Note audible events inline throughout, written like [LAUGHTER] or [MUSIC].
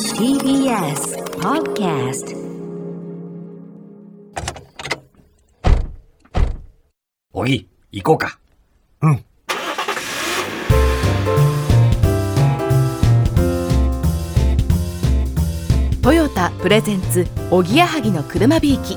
TBS Podcast おぎ、行こうか。トヨタプレゼンツおぎやはぎの車びいき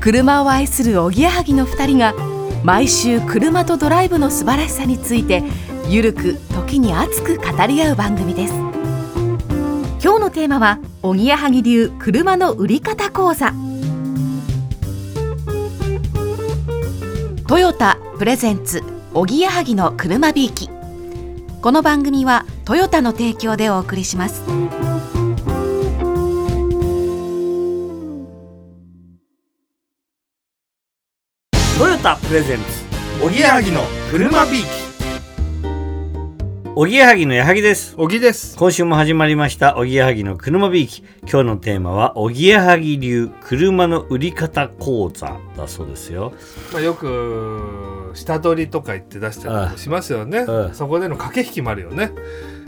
車を愛するおぎやはぎの2人が毎週車とドライブの素晴らしさについてゆるく時に熱く語り合う番組です今日のテーマはおぎやはぎ流車の売り方講座トヨタプレゼンツおぎやはぎの車びいきこの番組はトヨタの提供でお送りしますトヨタプレゼンツ、おぎやはぎの車びいきおぎやはぎのやはぎです。おぎです今週も始まりました、おぎやはぎの車びいき。今日のテーマは、おぎやはぎ流車の売り方講座だそうですよ。まあよく下取りとか言って出したりもしますよねああそこでの駆け引きもあるよね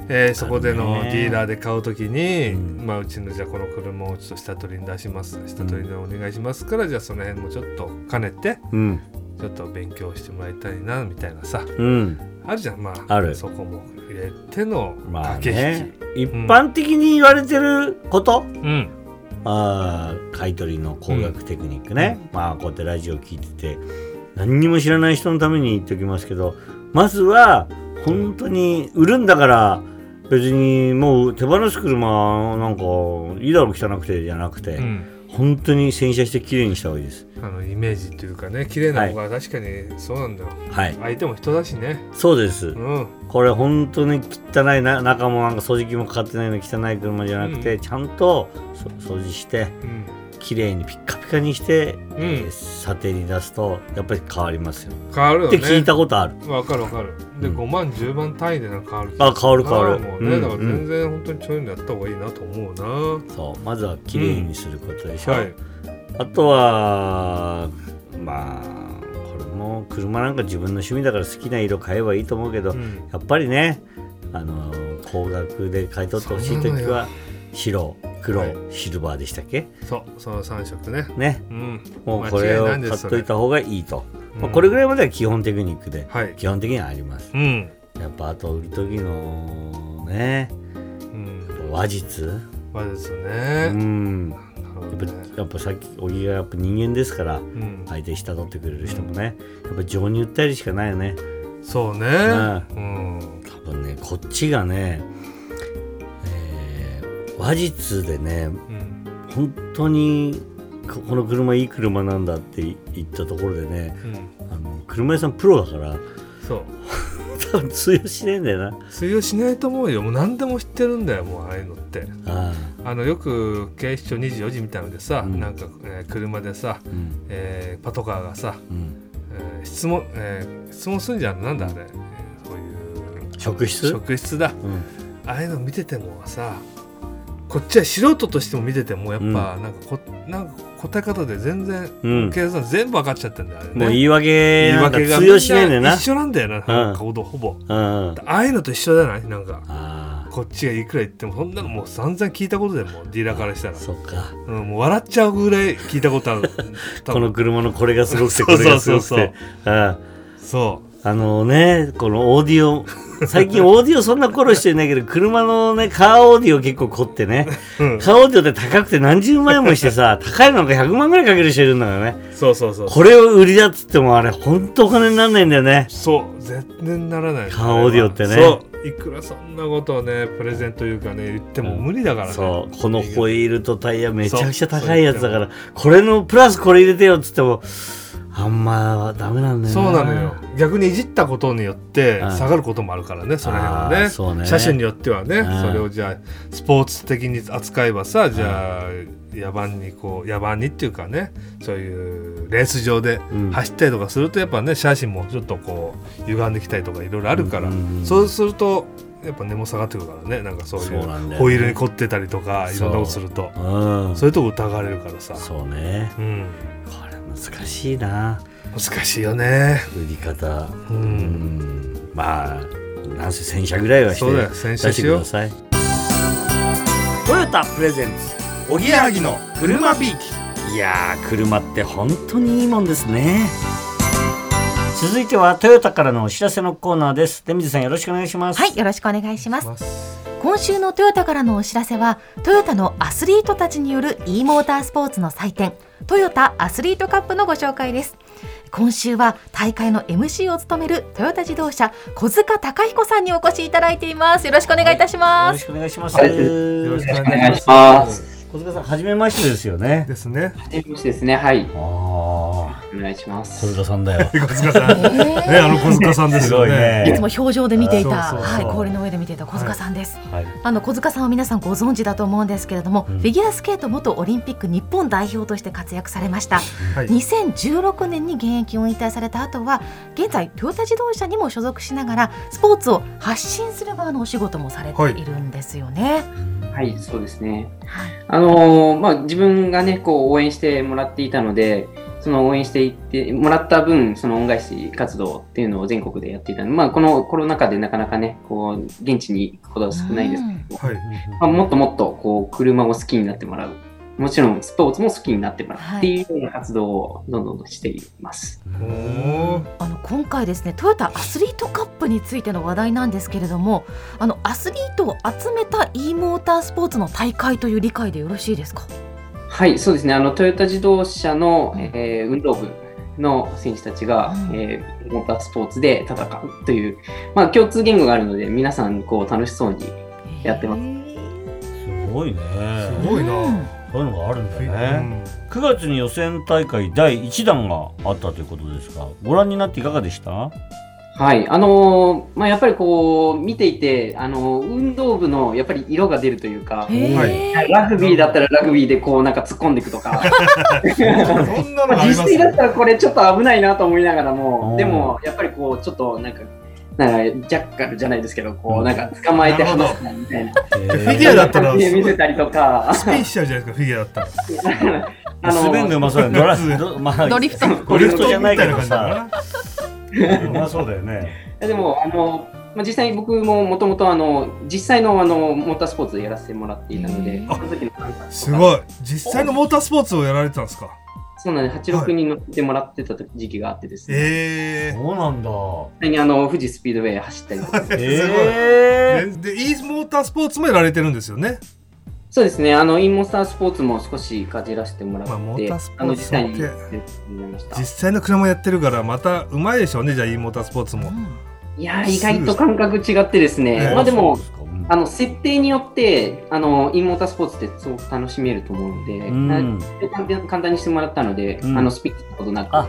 えーそこでのディーラーで買うときに、うんまあ、うちのじゃあこの車をちょっと下取りに出します下取りでお願いしますからじゃあその辺もちょっと兼ねてうん、ちょっと勉強してもらいたいなみたいなさうん、あるじゃんまああるそこも入れてのまあ駆け引ねき、。一般的に言われてること、うんああ買い取りの工学テクニックね、まあこうやってラジオ聞いてて何にも知らない人のために言っておきますけどまずは本当に売るんだから別にもう手放す車なんかいいだろ汚くてじゃなくて、うん本当に洗車してきれいにした方がいいですあのイメージというかね綺麗な方が確かにそうなんだよ、はい相手も人だしねそうですうんこれ本当に汚いな中もなんか掃除機もかかってないの汚い車じゃなくて、うんちゃんとそ掃除してうん綺麗にピッカピカにして、んえー査定に出すとやっぱり変わりますよ変わるよっねて聞いたことある。わかるわかるで、うん5万10万単位でなんか変わるあ変わる変わるもうね、うんだから全然本当にそういうのやった方がいいなと思うな、そうまずは綺麗にすることでしょ、はいあとはまあこれも車なんか自分の趣味だから好きな色買えばいいと思うけど、うやんっぱりねあの高額で買い取ってほしい時そうなのは白黒、はいシルバーでしたっけそうその3色ねねうんもうこれを間違買いないでっすそとれいた方がいいと、まうあ、んこれぐらいまでは基本テクニックで、はい基本的にはありますうん、やっぱあと売る時のねうん、話術まあですうね、んなるほやっどねぱやっぱさっき小木がやっぱ人間ですからうん、相手下取ってくれる人もねやっぱ情に訴えるしかないよねそうねあうん多分ねこっちがね、えー話術でねうん本当にここの車いい車なんだって言ったところでねうんあの車屋さんプロだからそう多分通用しねえんだよな通用しないと思うよもう何でも知ってるんだよもうああいうのってああのよく警視庁24時みたいのでさ、うんなんか、えー車でさ、ーうんえーパトカーがさ、うんえー質問、えー質問するんじゃんなんだあれ、えーそういう職質職質だうんああいうの見ててもさこっちは素人としても見ててもやっぱうんなんかこ、なんか答え方で全然、うん計算全部分かっちゃってんだよあれねもう言い訳なんか言い訳が通用しねえんだよみんな一緒なんだよななんかほぼほぼうんうんああいうのと一緒じゃないなんかあこっちがいくら言ってもそんなのもう散々聞いたことでもうディーラーからしたあら、そっかうん、もう笑っちゃうぐらい聞いたことあ [LAUGHS] る多こ分の車のこれがすごくてそこうれがすそごうくそうて [LAUGHS] うんそあのねこのオーディオ最近オーディオそんな頃してないけど車のねカーオーディオ結構凝ってねう、うん、カーオーディオって高くて何十万円もしてさ高いのなんか100万ぐらいかける人いるんだよねそうそうそうこれを売りだっつってもあれほんとお金になんないんだよねそう絶然ならないカーオーディオってねそういくらそんなことをねプレゼントいうかね言っても無理だからね、そうこのホイールとタイヤめちゃくちゃ高いやつだからそこれのプラスこれ入れてよっつってもあんまダメなんだよそうなのよ逆にいじったことによってうん下がることもあるからねその辺はあーねそうね車種によってはねうんそれをじゃあスポーツ的に扱えばさじゃあ野蛮にこう野蛮にっていうかねそういうレース場でうん走ったりとかするとやっぱね車身もちょっとこう歪んできたりとかいろいろあるから、うんそうするとやっぱ根も下がってくるからねなんかそういそうなんだよねうホイールに凝ってたりとかいろんなことするとうんそういうとこ疑われるからさ、そうねうん、これ難しいな難しいよね売り方ううんんまあなんせ洗車ぐらいはしてそうだよ洗車出してしくようださいトヨタプレゼンツおぎやはぎの車ビーキいやー車って本当にいいもんですね続いてはトヨタからのお知らせのコーナーです出水さんよろしくお願いしますはい、よろしくお願いします。今週のトヨタからのお知らせは、トヨタのアスリートたちによる e モータースポーツの祭典、トヨタアスリートカップのご紹介です。今週は大会の MC を務めるトヨタ自動車小塚隆彦さんにお越しいただいています。よろしくお願いいたしよまろす。しくお願いします、はいよろしくお願いします。小塚さん初めましてですよねですね。はじめましてですね。はい。ああお願いします。小塚さん [LAUGHS] だよ小塚さん。ね、あの小塚さんですすよごいね。いねつも表情で見ていた、そうそうはい、そう氷の上で見ていた小塚さんです。はいあの小塚さんは皆さんご存知だと思うんですけれども、うんフィギュアスケート元オリンピック日本代表として活躍されました、はい2016年に現役を引退された後は現在トヨタ自動車にも所属しながらスポーツを発信する側のお仕事もされているんですよね。はい、そうですね。はいあのーまあ、自分がね、こう応援してもらっていたので、その応援していってもらった分、その恩返し活動っていうのを全国でやっていたので、まあ、このコロナ禍でなかなかね、こう、現地に行くことは少ないですけど、はい。まあ、もっともっと、こう、車を好きになってもらう。もちろん、スポーツも好きになってもらうっていうような活動をどんどんしています。おおー。あの今回ですねトヨタアスリートカップについての話題なんですけれどもあのアスリートを集めた e モータースポーツの大会という理解でよろしいですかはい、そうですね。あのトヨタ自動車の、えー運動部の選手たちが、うんえーモータースポーツで戦うという、まあ共通言語があるので、皆さんこう楽しそうにやってます。すごいねすごいなうんそういうのがあるんだうよねん9月に予選大会第1弾があったということですがご覧になっていかがでしたはい、あのーまあやっぱりこう見ていて、あのー運動部のやっぱり色が出るというか、へーはラグビーだったらラグビーでこうなんか突っ込んでいくとか。そんなのまああ、り実ます際だったらこれちょっと危ないなと思いながらうもん、でもやっぱりこうちょっとなんか、なんかジャッカルじゃないですけど、こうんうなんか捕まえてなるほど離すなみたいな。フフィギュアだったら感じで見せたりとか、 [LAUGHS] スピンしちゃうじゃないですか、フィギュアだったら。あの滑るのうまそうだね。ドラドまあドリフトドリフトじゃないけどみたいさな感。うまそうだよね。でもあの、まあ、実際僕ももともとあの実際のあのモータースポーツでやらせてもらっていたので、へーその時の感覚とかじすごい。実際のモータースポーツをやられてたんですか。そうなんです86に乗ってもらってた時時期があってですね、ええそうなんだ。実際にあの富士スピードウェイ走ったりとかええ。ー。で、で e モータースポーツもやられてるんですよね。そうですねあのインモンスタースポーツも少しかじらせてもらって、まあモータースポあのー実ツ際にそうややってってもらいました実際の車もやってるから、またうまいでしょうね、じゃあ e モータースポーツも。いやー意外と感覚違ってですね、ええまあでもそうすか、うんあの設定によってあの e モータースポーツってすごく楽しめると思うので、うん。簡単簡単にしてもらったので、うんあのスピッしたことなくあ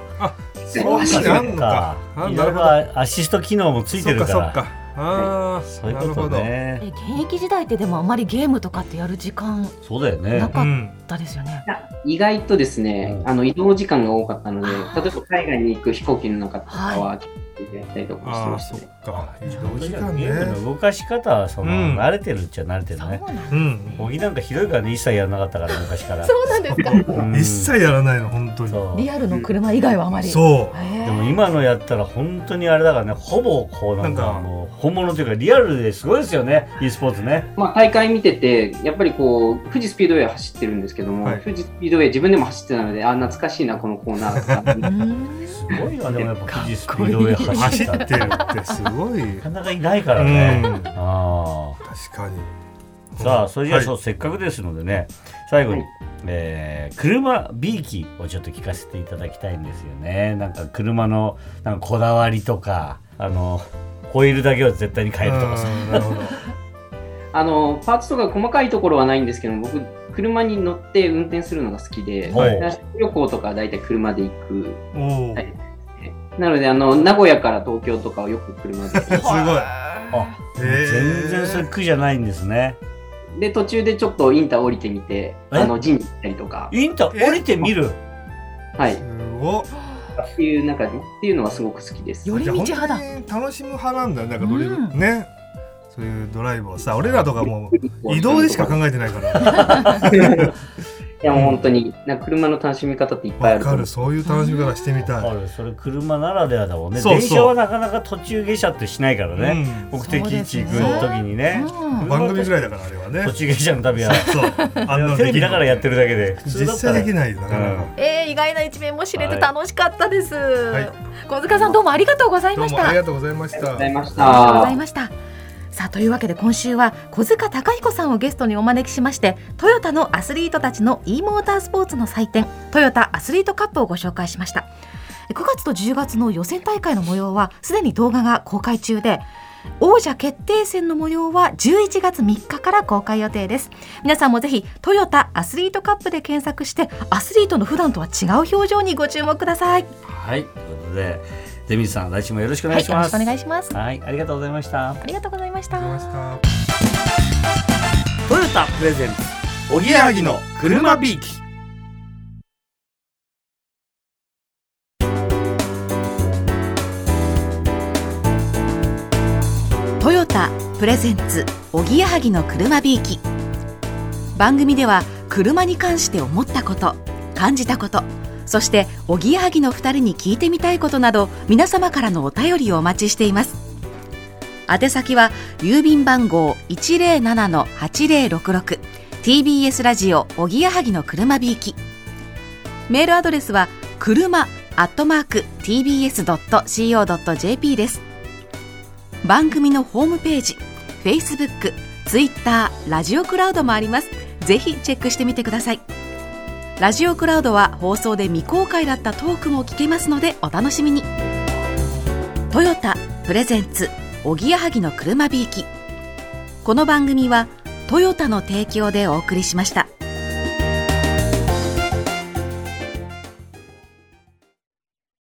実際にそう走かっあんのかそっあいなろいるほどろアシスト機能もついてるかそっらかそっ。か。あそあ、ういうなこるほとど。えね。現役時代ってでもあまりゲームとかってやる時間そうだよなね。かっうん。たですよね。意外とですね、うんあの移動時間が多かったので、あー例えば海外に行く飛行機の中とかは、やったりとかしてああ、ましそたっね。か。移動時ゲ間ームのね。動かし方はそのうん慣れてるっちゃ慣れてるね。なんうん。小木なんかひどいからね一切やらなかったから昔から。そうなんですか。うん一切やらないの、本当に。そうリアルの車以外はあまり。そう。へーでも今のやったら本当にあれだからねほぼこうなんなんかかもう本物というかリアルですごいですよね e スポーツね。まあ、大会見てて、やっぱりこう、富士スピードウェイ走ってるんですけども、はい富士スピードウェイ自分でも走ってたので、あ、懐かしいな、このコーナーとう [LAUGHS] か。んすごいなでもやっぱ富士スピードウェイ走走っったてるってすごい。なかなかいないからね。うん。あ確かに。あさあそれじゃあ、はいそうせっかくですのでね最後に、はいえー車 B 機をちょっと聞かせていただきたいんですよね。なんか車のなんかこだわりとかあのホイールだけは絶対に変えるとかさ。うんなるほど。あの、パーツとか細かいところはないんですけども、僕、車に乗って運転するのが好きで、はいだから旅行とか大体車で行く。おお。はいなので、あの、名古屋から東京とかをよく車で。すごい。あへー全然それ苦じゃないんですね。で、途中でちょっとインター降りてみて、えあの、ジンに行ったりとか、インター降りてみる。はい。すごっっていう中で、っていうのはすごく好きです。より道じゃあ派だ。本当に楽しむ派なんだよなんかドリブ、うんねそ [LAUGHS] ういうドライブをさ俺らとかもう移動でしか考えてないからやもう本当になんか車の楽しみ方っていっぱいあわるとか思うるそういう楽しみ方してみたい、あるそれ車ならではだもんねそうそう電車はなかなか途中下車ってしないからね、う目的地行く時にねん、 [LAUGHS] 番組ぐらいだからあれはね途中下車の旅はそうあんな [LAUGHS] テのでレきビなだからやってるだけで普通実だったら際できないよなかなかうんえー、意外な一面も知れて楽しかったです、い小塚さんどうもありがとうございどまうしもあたりがとうございましありがとうたございましありがとうござたい。ました。さあというわけで今週は小塚貴彦さんをゲストにお招きしましてトヨタのアスリートたちの e モータースポーツの祭典トヨタアスリートカップをご紹介しました9月と10月の予選大会の模様はすでに動画が公開中で王者決定戦の模様は11月3日から公開予定です皆さんもぜひトヨタアスリートカップで検索してアスリートの普段とは違う表情にご注目くださいはいということでデミさん来週もよろしくお願はいいしよろましすくお願いしますはいありがとうございましたありがとうございましたありがとうございましたトヨタプレゼンツおぎやはぎの車びいきトヨタプレゼンツおぎやはぎの車びいき番組では車に関して思ったこと感じたことそしておぎやはぎの2人に聞いてみたいことなど皆様からのお便りをお待ちしています宛先は郵便番号 107-8066TBS ラジオおぎやはぎの車びいきメールアドレスは車アットマーク TBS.CO.JP です番組のホームページ Facebook、Twitter、ラジオクラウドもありますぜひチェックしてみてくださいラジオクラウドは放送で未公開だったトークも聞けますのでお楽しみにトヨタプレゼンツおぎやはぎの車びいきこの番組はトヨタの提供でお送りしました